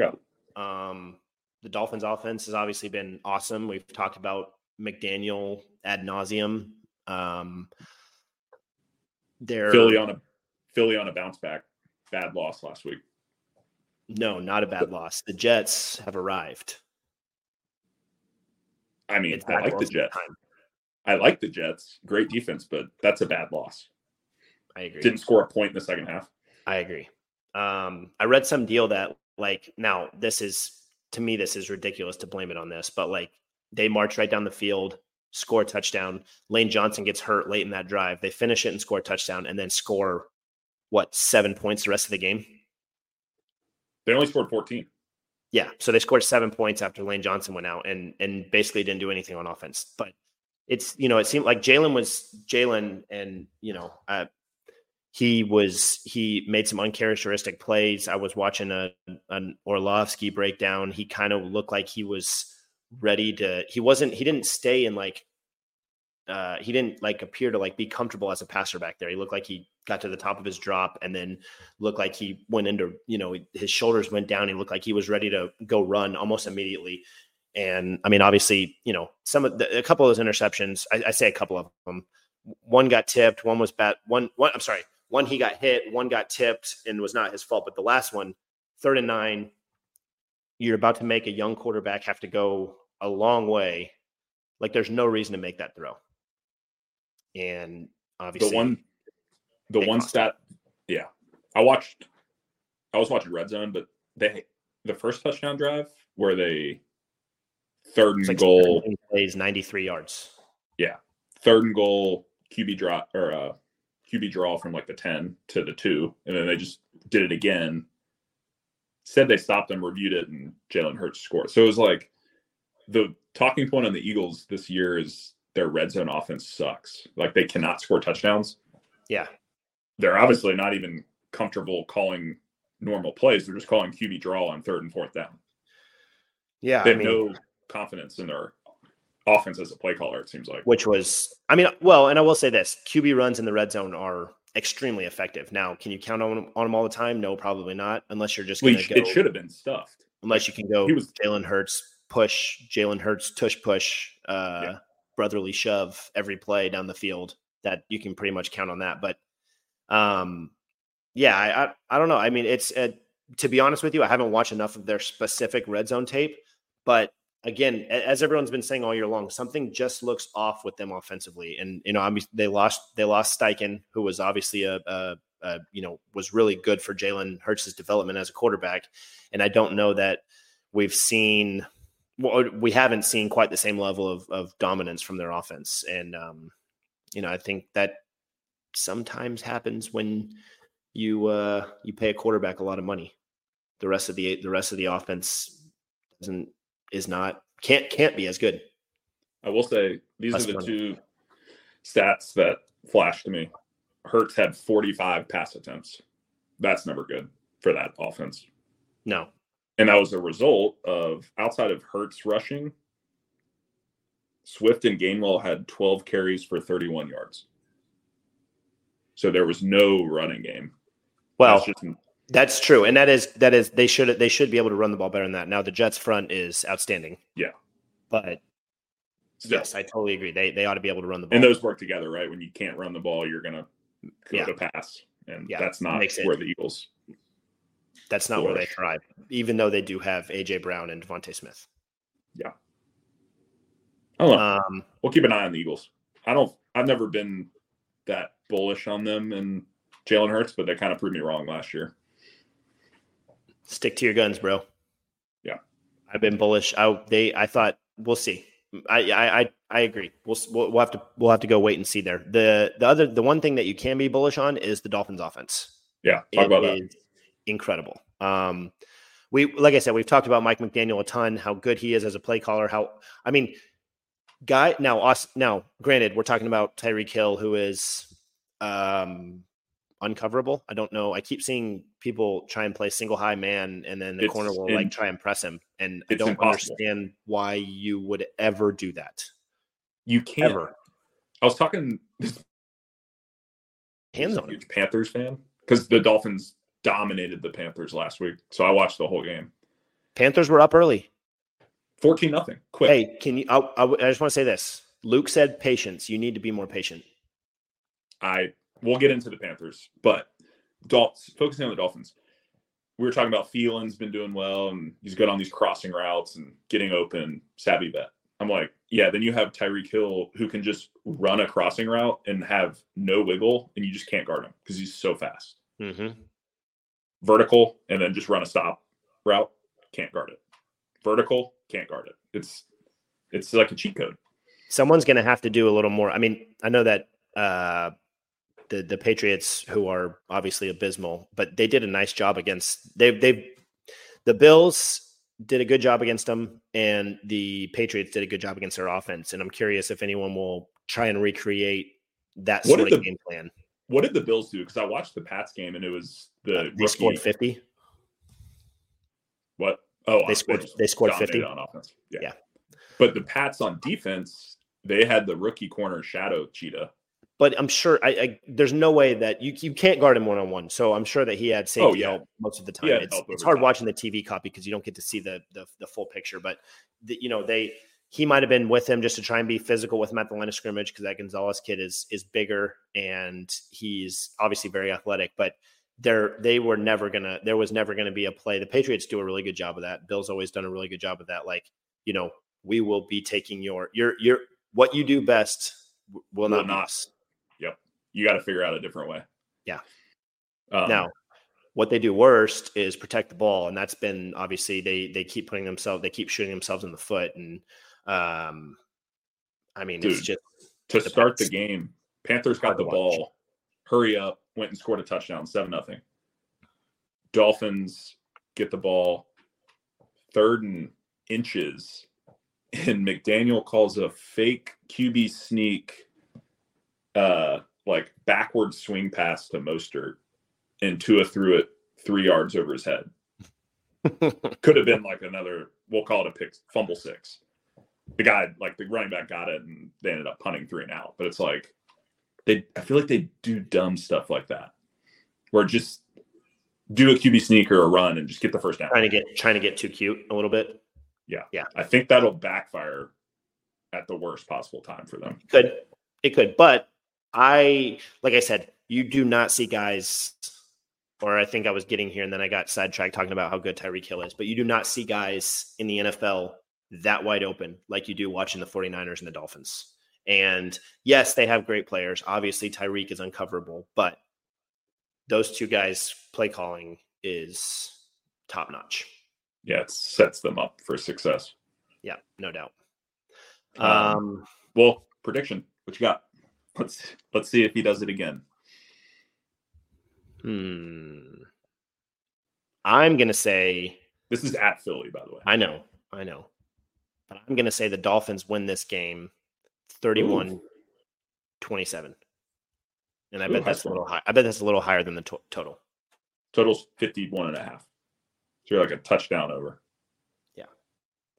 B: got
C: Um, the Dolphins' offense has obviously been awesome. We've talked about McDaniel ad nauseum. Um, they're
B: Philly on a Philly on a bounce back. Bad loss last week.
C: no, not a bad loss. The Jets have arrived.
B: I mean, I
C: not
B: like the
C: lost
B: Jets.
C: time.
B: I like the Jets. Great defense, but that's a bad loss.
C: I agree.
B: Didn't score a point in the second half.
C: I agree. Um, I read some deal that like now this is to me this is ridiculous to blame it on this, but like they march right down the field, score a touchdown. Lane Johnson gets hurt late in that drive. They finish it and score a touchdown, and then score what seven points the rest of the game.
B: They only scored 14.
C: Yeah, so they scored seven points after Lane Johnson went out and and basically didn't do anything on offense. But it's you know it seemed like Jalen was Jalen and you know uh, he was he made some uncharacteristic plays. I was watching a an Orlovsky breakdown. He kind of looked like he was ready to. He wasn't. He didn't stay in like. Uh, he didn't like appear to like be comfortable as a passer back there. He looked like he got to the top of his drop and then looked like he went into you know his shoulders went down he looked like he was ready to go run almost immediately and i mean obviously you know some of the, a couple of those interceptions I, I say a couple of them one got tipped one was bad one one i'm sorry one he got hit one got tipped and was not his fault but the last one third and nine you're about to make a young quarterback have to go a long way like there's no reason to make that throw and
B: The
C: obviously
B: one, the
C: They
B: one
C: cost
B: stat. Yeah. I watched, I was watching Red Zone, but they, the first touchdown drive where they, third and
C: it's like
B: goal,
C: 17 plays 93 yards
B: third and goal, QB draw or uh, QB draw from like the 10 to the two. And then they just did it again. Said they stopped them, reviewed it, and Jalen Hurts scored. So it was like the talking point on the Eagles this year is their red zone offense sucks. Like they cannot score touchdowns.
C: yeah
B: They're obviously not even comfortable calling normal plays. They're just calling QB draw on third and fourth down.
C: Yeah,
B: They
C: I
B: have
C: mean,
B: no confidence in their offense as a play caller, it seems like.
C: which was, I mean, well, and I will say this: QB runs in the red zone are extremely effective. Now, can you count on on them all the time? No, probably not, unless you're just
B: Well,
C: going
B: it
C: to
B: sh-
C: go.
B: it should have been stuffed.
C: unless you can go
B: He was-
C: Jalen Hurts push, Jalen Hurts tush push, uh,
B: Yeah.
C: brotherly shove every play down the field. That you can pretty much count on that. But um, yeah, I, I I don't know. I mean, it's uh, to be honest with you, I haven't watched enough of their specific red zone tape, but. Again, a- as everyone's been saying all year long, something just looks off with them offensively. And you know, I mean, they lost they lost Steichen, who was obviously a, a, a you know was really good for Jalen Hurts' development as a quarterback. And I don't know that we've seen well, we haven't seen quite the same level of, of dominance from their offense and um, you know i think that sometimes happens when you uh, you pay a quarterback a lot of money the rest of the the rest of the offense isn't is not can't can't be as good
B: I will say these
C: Plus
B: are the
C: money.
B: two stats that flashed to me. Hertz had 45 pass attempts. That's never good for that offense.
C: no
B: And that was a result of outside of Hertz rushing, Swift and Gainwell had 12 carries for 31 yards. So there was no running game.
C: well
B: That's just-
C: that's true and that is that is they should they should be able to run the ball better than that now the jets front is outstanding
B: Yeah.
C: but
B: still.
C: yes i totally agree they they ought to be able to run the ball
B: and those work together, right? When you can't run the ball, you're going to go
C: Yeah.
B: to pass. And
C: Yeah,
B: that's not
C: makes it-
B: where the Eagles
C: That's not where they
B: flourish.
C: thrive, even though they do have AJ Brown and Devontae Smith.
B: I don't know.
C: Um,
B: we'll keep an eye on the Eagles. I don't. I've never been that bullish on them and Jalen Hurts, but they kind of proved me wrong last year.
C: stick to your guns, bro.
B: Yeah.
C: I've been bullish. I they I thought we'll see. I, I I I agree. We'll, we'll we'll have to we'll have to go wait and see there. The the other the one thing that you can be bullish on is the Dolphins' offense.
B: Yeah, talk about that.
C: is incredible. Um, we like I said, we've talked about Mike McDaniel a ton, how good he is as a play caller. How I mean, guy now us now. Granted, we're talking about Tyreek Hill, who is um uncoverable. I don't know. I keep seeing people try and play single high man, and then the
B: It's
C: corner will
B: in-
C: like try and press him, and I
B: it's
C: don't
B: impossible.
C: understand why you would ever do that.
B: You can't.
C: Ever.
B: I was talking this
C: Hands
B: was a
C: on him.
B: huge Panthers fan because the Dolphins dominated the Panthers last week. So I watched the whole game.
C: Panthers were up early.
B: 14 nothing. Quick.
C: Hey, can you? I, I, I just want to say this. Luke said, "Patience. You need to be more patient."
B: I we'll get into the Panthers, but Dolphins focusing on the Dolphins. We were talking about Thielen's been doing well and he's good on these crossing routes and getting open, savvy bet. I'm like, yeah, then you have Tyreek Hill who can just run a crossing route and have no wiggle and you just can't guard him because he's so fast.
C: Mm-hmm.
B: Vertical and then just run a stop route, can't guard it. Vertical, can't guard it. It's it's like a cheat code.
C: Someone's going to have to do a little more. I mean, I know that uh, the the Patriots, who are obviously abysmal, but they did a nice job against they they the Bills did a good job against them, and the Patriots did a good job against their offense. And I'm curious if anyone will try and recreate that
B: What
C: sort of
B: did the-
C: game plan.
B: What did the Bills do? Because I watched the Pats game and it was the
C: They scored
B: rookie-
C: 50.
B: What? Oh,
C: They scored. They scored 50.
B: dominated on offense. Yeah.
C: Yeah.
B: But the Pats on defense, they had the rookie corner shadow cheetah.
C: but I'm sure I, I there's no way that you you can't guard him one on one. So I'm sure that he had safety
B: Oh, yeah.
C: help most of the
B: He
C: time.
B: had
C: It's,
B: help
C: it's
B: over
C: hard
B: time.
C: watching the TV copy because you don't get to see the the, the full picture. But the, you know they he might have been with him just to try and be physical with him at the line of scrimmage because that Gonzalez kid is is bigger and he's obviously very athletic. But there they were never gonna there was never gonna be a play. The Patriots do a really good job of that. Bill's always done a really good job of that. Like you know we will be taking your your your what you do best w- will
B: Will
C: not be
B: not.
C: us.
B: You got to figure out a different way.
C: Yeah.
B: Um,
C: Now, what they do worst is protect the ball, and that's been obviously they they keep putting themselves they keep shooting themselves in the foot, and um, I mean it's
B: Dude.
C: just
B: to
C: the
B: start
C: Pats-
B: the game, Panthers got
C: Hard to
B: the
C: watch.
B: ball. Hurry up, went and scored a touchdown, seven nothing. Dolphins get the ball, third and inches, and McDaniel calls a fake QB sneak, uh, like backward swing pass to Mostert, and Tua threw it three yards over his head. Could have been like another, we'll call it a pick, fumble six the guy like the running back got it and they ended up punting three and out but it's like they i feel like they do dumb stuff like that where just do a qb sneak or a run and just get the first down
C: trying to get trying to get too cute a little bit.
B: i think that'll backfire at the worst possible time for them
C: It could it could, but I like I said, you do not see guys. Or I think I was getting here, and then I got sidetracked talking about how good Tyreek Hill is. But you do not see guys in the NFL that wide open like you do watching the 49ers and the Dolphins. And yes, they have great players. Obviously, Tyreek is uncoverable, but those two guys' play calling is top notch.
B: yeah it sets them up for success
C: Yeah, no doubt.
B: Um,
C: Um,
B: well prediction what you got let's let's see if he does it again
C: hmm. I'm going to say,
B: this is at philly by the way
C: I know, I know, but I'm going to say the Dolphins win this game 31 27. And I
B: Ooh,
C: bet
B: high
C: that's a
B: score.
C: little high. I bet that's a little higher than the to- total.
B: totals 51 and a half so you're like a touchdown over
C: Yeah.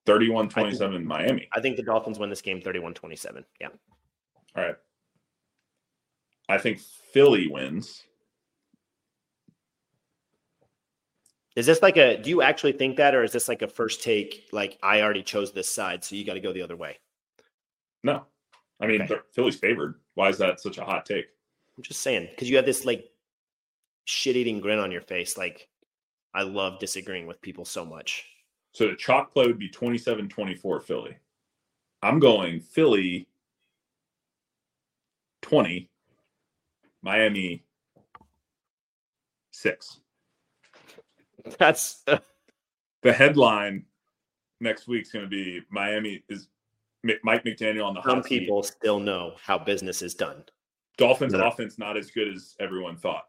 B: 31 27 miami
C: I think the Dolphins win this game 31 27. Yeah.
B: All right. I think Philly wins.
C: Is this like a, do you actually think that, or is this like a first take? Like, I already chose this side, so you got to go the other way.
B: No. I mean,
C: Okay.
B: they're- Philly's favored. Why is that such a hot take?
C: I'm just saying, because you have this like shit eating grin on your face. Like, I love disagreeing with people so much.
B: So the chalk play would be 27 24 Philly. I'm going Philly 20, Miami 6.
C: That's,
B: The headline next week's going to be Miami is Mi- Mike McDaniel on the
C: Some
B: hot seat.
C: people still know how business is done.
B: Dolphins
C: No.
B: offense not as good as everyone thought.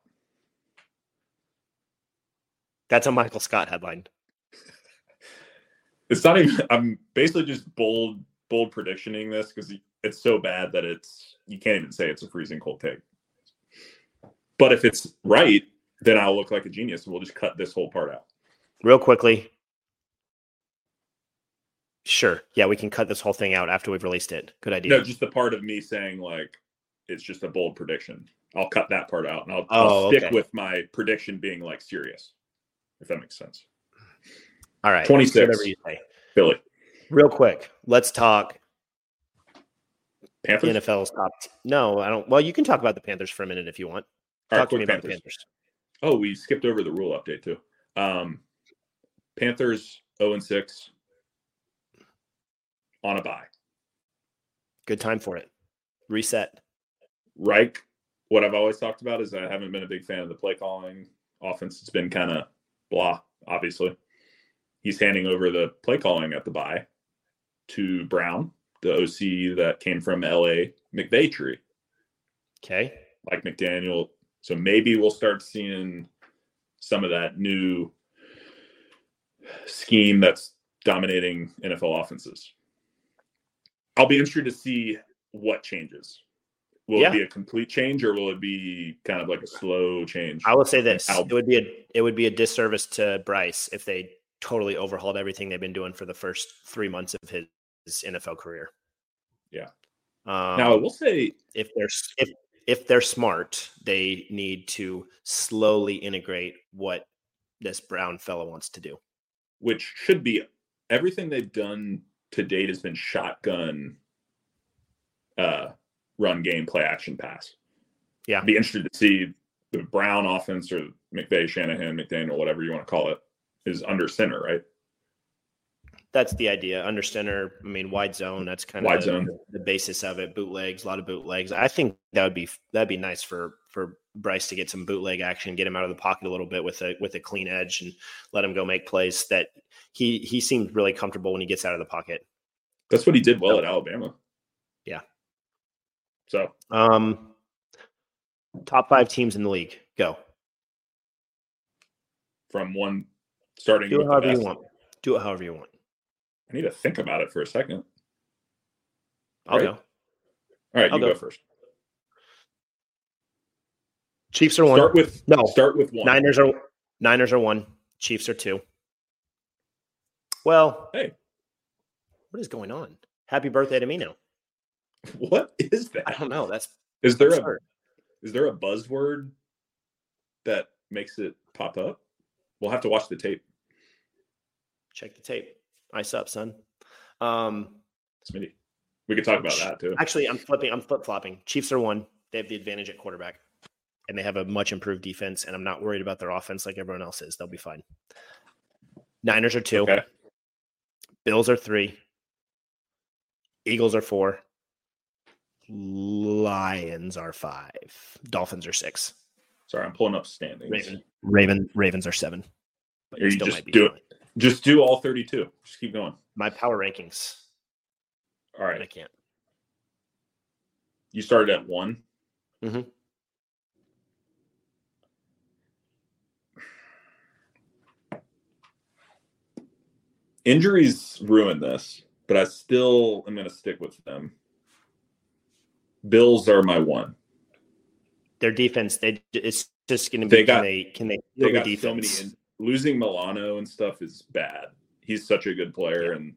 C: That's a Michael Scott headline.
B: It's not even. I'm basically just bold bold predictioning this because it's so bad that it's you can't even say it's a freezing cold take. But if it's right, then I'll look like a genius, and we'll just cut this whole part out.
C: Real quickly. Sure. Yeah, we can cut this whole thing out after we've released it. Good idea.
B: No, just the part of me saying like it's just a bold prediction. I'll cut that part out and I'll,
C: Oh,
B: I'll stick
C: okay.
B: with my prediction being like serious, if that makes sense.
C: All right.
B: 26.
C: Whatever you say.
B: Philly
C: Real quick, let's talk
B: Panthers.
C: NFL's top. No, I don't. Well, you can talk about the Panthers for a minute if you want.
B: All
C: Talk
B: right,
C: to
B: quick
C: me about
B: Panthers.
C: the Panthers.
B: Oh, we skipped over the rule update too. Um, Panthers zero and six on a bye.
C: Good time for it. Reset.
B: Reich, what I've always talked about is I haven't been a big fan of the play calling offense. It's been kind of blah, obviously. He's handing over the play calling at the bye to Brown, the OC that came from LA McVay tree,
C: Okay.
B: like McDaniel. So maybe we'll start seeing some of that new scheme that's dominating NFL offenses. I'll be interested to see what changes. Will
C: Yeah.
B: it be a complete change or will it be kind of like a slow change?
C: I will say this:
B: Al-
C: it would be a it would be a disservice to Bryce if they totally overhauled everything they've been doing for the first three months of his, his NFL career.
B: Yeah.
C: Um,
B: now, I will say
C: if they're s- if if they're smart, they need to slowly integrate what this Brown fella wants to do.
B: which should be everything they've done to date has been shotgun uh run game play action pass
C: Yeah.
B: I'd be interested to see the brown offense or mcveigh shanahan mcdaniel whatever you want to call it is under center right
C: That's the idea. Under center, I mean, wide zone. That's kind
B: Wide
C: of the,
B: zone.
C: the basis of it. Bootlegs, a lot of bootlegs. I think that would be that'd be nice for for Bryce to get some bootleg action, get him out of the pocket a little bit with a with a clean edge, and let him go make plays. That he he seemed really comfortable when he gets out of the pocket.
B: that's what he did well at alabama
C: Yeah.
B: so
C: Um, top five teams in the league. Go
B: from one starting
C: do
B: with
C: it
B: the
C: however you
B: best-
C: want. Do it however you want.
B: i need to think about it for a second
C: I'll
B: Right.
C: go.
B: all right
C: I'll
B: you go,
C: go.
B: first
C: Chiefs are one.
B: start with
C: No.
B: start with one
C: Niners are Niners are one. Chiefs are two. Well,
B: Hey.
C: what is going on? Happy birthday to me now.
B: what is
C: I
B: that
C: don't know. That's
B: is there a
C: absurd.
B: Is there a buzzword that makes it pop up? We'll have to watch the tape.
C: check the tape. Ice up, son. Um,
B: Smitty. We could talk about that too.
C: actually, I'm flipping. I'm flip flopping. Chiefs are one. They have the advantage at quarterback, and they have a much improved defense. And I'm not worried about their offense like everyone else is. They'll be fine. Niners are two.
B: Okay.
C: Bills are three. Eagles are four. Lions are five. Dolphins are six.
B: Sorry, I'm pulling up standings.
C: Raven, Raven Ravens are seven. But
B: Or
C: they
B: you just do it. Just do all 32. Just keep going.
C: My power rankings.
B: All
C: I
B: right.
C: can't.
B: You started at one.
C: Mhm.
B: Injuries ruin this, but I still am going to stick with them. Bills are my one.
C: Their defense. They it's just going to be.
B: They got-
C: can they can they,
B: they
C: field
B: got
C: the
B: so many
C: defense?
B: in, losing Milano and stuff is bad. He's such a good player, and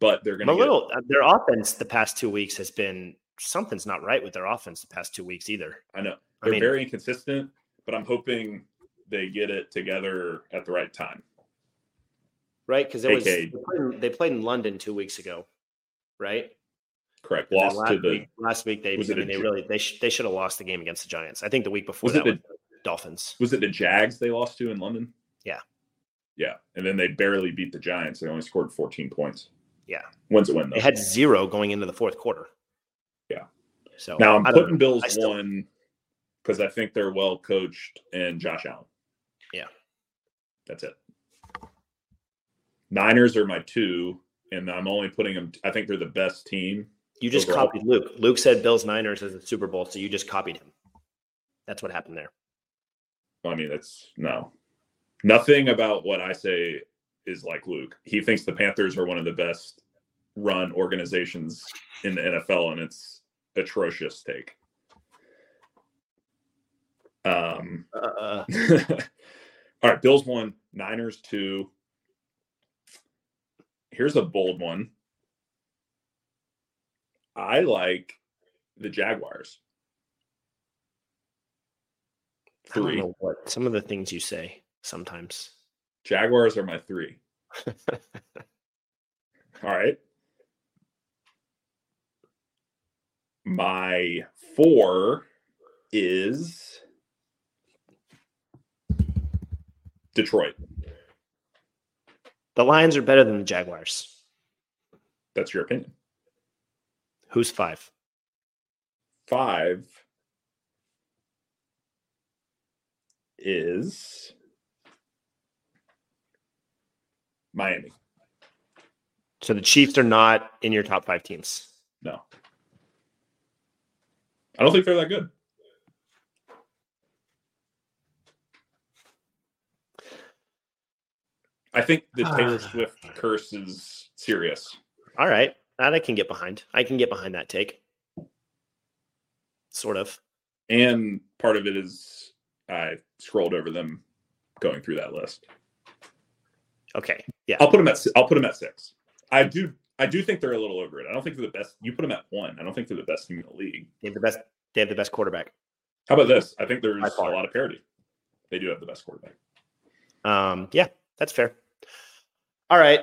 B: but they're going
C: a
B: to
C: little uh, their offense the past two weeks has been something's not right with their offense the past two weeks either
B: I know
C: I
B: they're
C: mean-
B: very inconsistent, but I'm hoping they get it together at the right time.
C: right because it was
B: AKA.
C: they played, in- they played in london two weeks ago right
B: Correct.
C: And then
B: Lost to the
C: week, last week they
B: was
C: I
B: it a
C: mean, they
B: Gi-
C: really they, sh- they should have lost the game against the giants i think the week before
B: Was
C: that
B: it
C: was the dolphins
B: was it the Jags they lost to in London?
C: Yeah.
B: Yeah, and then they barely beat the Giants. They only scored 14 points.
C: Yeah.
B: when's it win though?
C: they had zero going into the fourth quarter
B: Yeah.
C: so
B: now I'm
C: Oh, I don't
B: putting
C: know.
B: Bills
C: I still-
B: one because I think they're well coached and Josh Allen.
C: Yeah.
B: That's it. Niners are my two. and I'm only putting them. I think they're the best team.
C: You just
B: Overall.
C: copied Luke. Luke said Bills Niners is the Super Bowl, so you just copied him. That's what happened there.
B: I mean, that's no, nothing about what I say is like Luke. He thinks the Panthers are one of the best run organizations in the NFL, and it's atrocious take. Um,
C: Uh,
B: all right, Bills one, Niners two. Here's a bold one. I like the Jaguars.
C: I don't
B: Three.
C: know what some of the things you say sometimes.
B: Jaguars are my three. All right. My four is Detroit.
C: The Lions are better than the Jaguars.
B: That's your opinion.
C: Who's five?
B: Five is Miami.
C: So the Chiefs are not in your top five teams.
B: No. I don't think they're that good. I think the Taylor
C: Ah.
B: Swift curse is serious.
C: All right. That I can get behind. I can get behind that take. Sort of.
B: And part of it is I scrolled over them going through that list.
C: Okay. Yeah.
B: I'll put them at si- I'll put them at 6. I do I do think they're a little over it. I don't think they're the best. You put them at 1. I don't think they're the best team in the league.
C: They have the best they have the best quarterback.
B: How about this? I think there's
C: By
B: a
C: far.
B: lot of parity. They do have the best quarterback.
C: Um, yeah, that's fair. All right.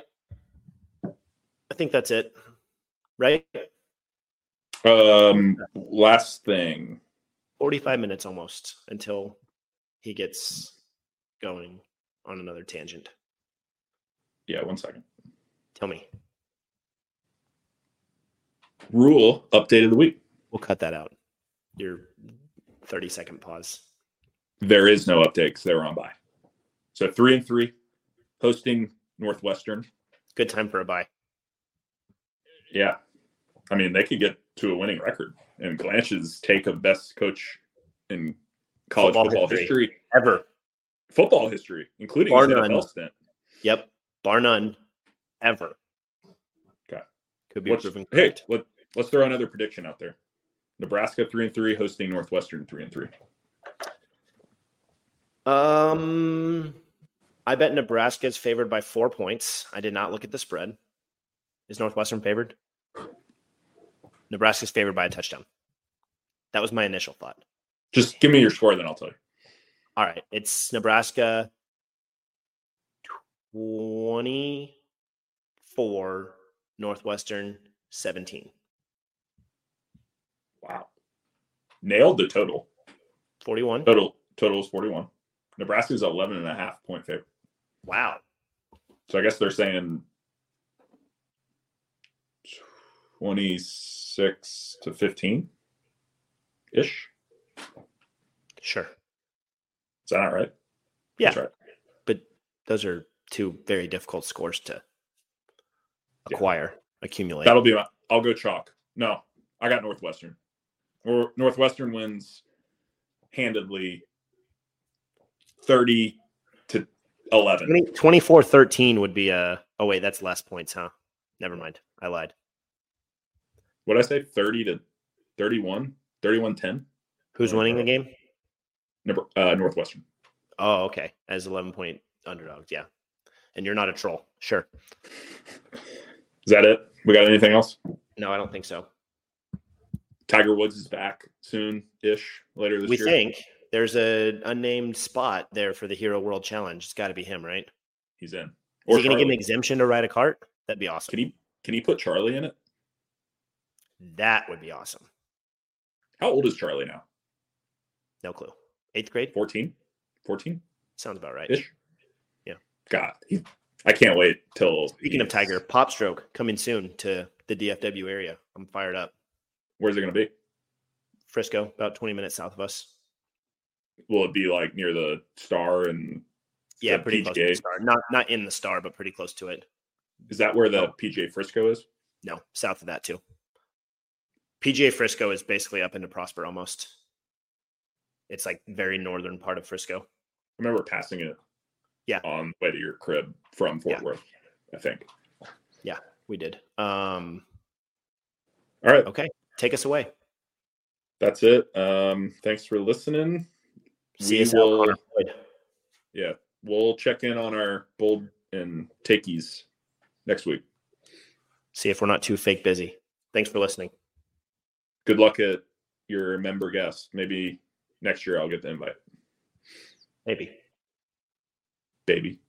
C: I think that's it. Right?
B: Um last thing.
C: 45 minutes almost until he gets going on another tangent.
B: Yeah, one second.
C: Tell me.
B: Rule update of the week.
C: We'll cut that out. Your 30 second pause.
B: There is no update because they were on by. So three and three, hosting Northwestern.
C: Good time for a bye.
B: Yeah, I mean they could get to a winning record. And Blanche's take of best coach in college
C: Football
B: football, history.
C: history. Ever.
B: football history, including
C: Bar
B: his
C: none.
B: NFL stint.
C: Yep. Bar none. Ever.
B: Okay.
C: Could be
B: What's,
C: proven
B: hey,
C: correct.
B: let, let's throw another prediction out there. Nebraska three and three, hosting Northwestern three and three.
C: Um, I bet Nebraska is favored by four points. I did not look at the spread. Is Northwestern favored? Nebraska's favored by a touchdown. That was my initial thought.
B: Just give me your score, then I'll tell you.
C: All right, it's Nebraska 24, Northwestern 17,
B: Wow, nailed the total.
C: 41.
B: Total total is forty one. Nebraska's eleven and a half point favorite.
C: Wow.
B: So I guess they're saying 26 to 15 ish.
C: Sure.
B: Is that not right?
C: Yeah.
B: That's right.
C: But those are two very difficult scores to
B: Yeah.
C: acquire, accumulate.
B: That'll be my, I'll go chalk. No, I got Northwestern. Or Northwestern wins handedly 30 to 11.
C: 24 13 would be a. Oh, wait, that's less points, huh? Never mind. I lied.
B: What did I say? 30 to 31? 31 10?
C: Who's winning the game?
B: Uh, Northwestern.
C: Oh, okay. As 11 point underdogs. Yeah. And you're not a troll. Sure.
B: Is that it? We got anything else?
C: No, I don't think so.
B: Tiger Woods is back soon ish later this
C: we
B: year.
C: think there's a unnamed spot there for the Hero World Challenge. It's got to be him, right?
B: He's in.
C: Is
B: Or
C: he going to get an
B: Charlie.
C: exemption to ride a cart? That'd be awesome.
B: Can he can he put Charlie in it?
C: that would be awesome.
B: How old is Charlie now?
C: No clue. Eighth grade
B: 14? 14
C: sounds about right.
B: ish?
C: Yeah.
B: God. he- I can't wait till
C: Speaking of
B: he's-
C: Tiger, Pop Stroke coming soon to the DFW area. I'm fired up.
B: Where's it gonna be?
C: Frisco, about 20 minutes south of us.
B: Will it be like near the star and
C: Yeah,
B: The
C: pretty close to
B: PGA.
C: the star. Not not in the star, but pretty close to it.
B: Is that where
C: Oh.
B: the PJ Frisco is?
C: No, south of that too. PGA Frisco is basically up into Prosper almost. It's like very northern part of Frisco.
B: I remember passing it.
C: Yeah.
B: On the way to your crib from Fort
C: Yeah.
B: Worth, I think.
C: We did. Um,
B: All right,
C: okay, take us away.
B: that's it. Um, thanks for listening.
C: See
B: We
C: us out,
B: will-
C: Connor Floyd.
B: Yeah, we'll check in on our bold and takeies next week.
C: See if we're not too fake busy. Thanks for listening.
B: Good luck at your member guest. Maybe next year I'll get the invite,
C: Maybe.
B: baby.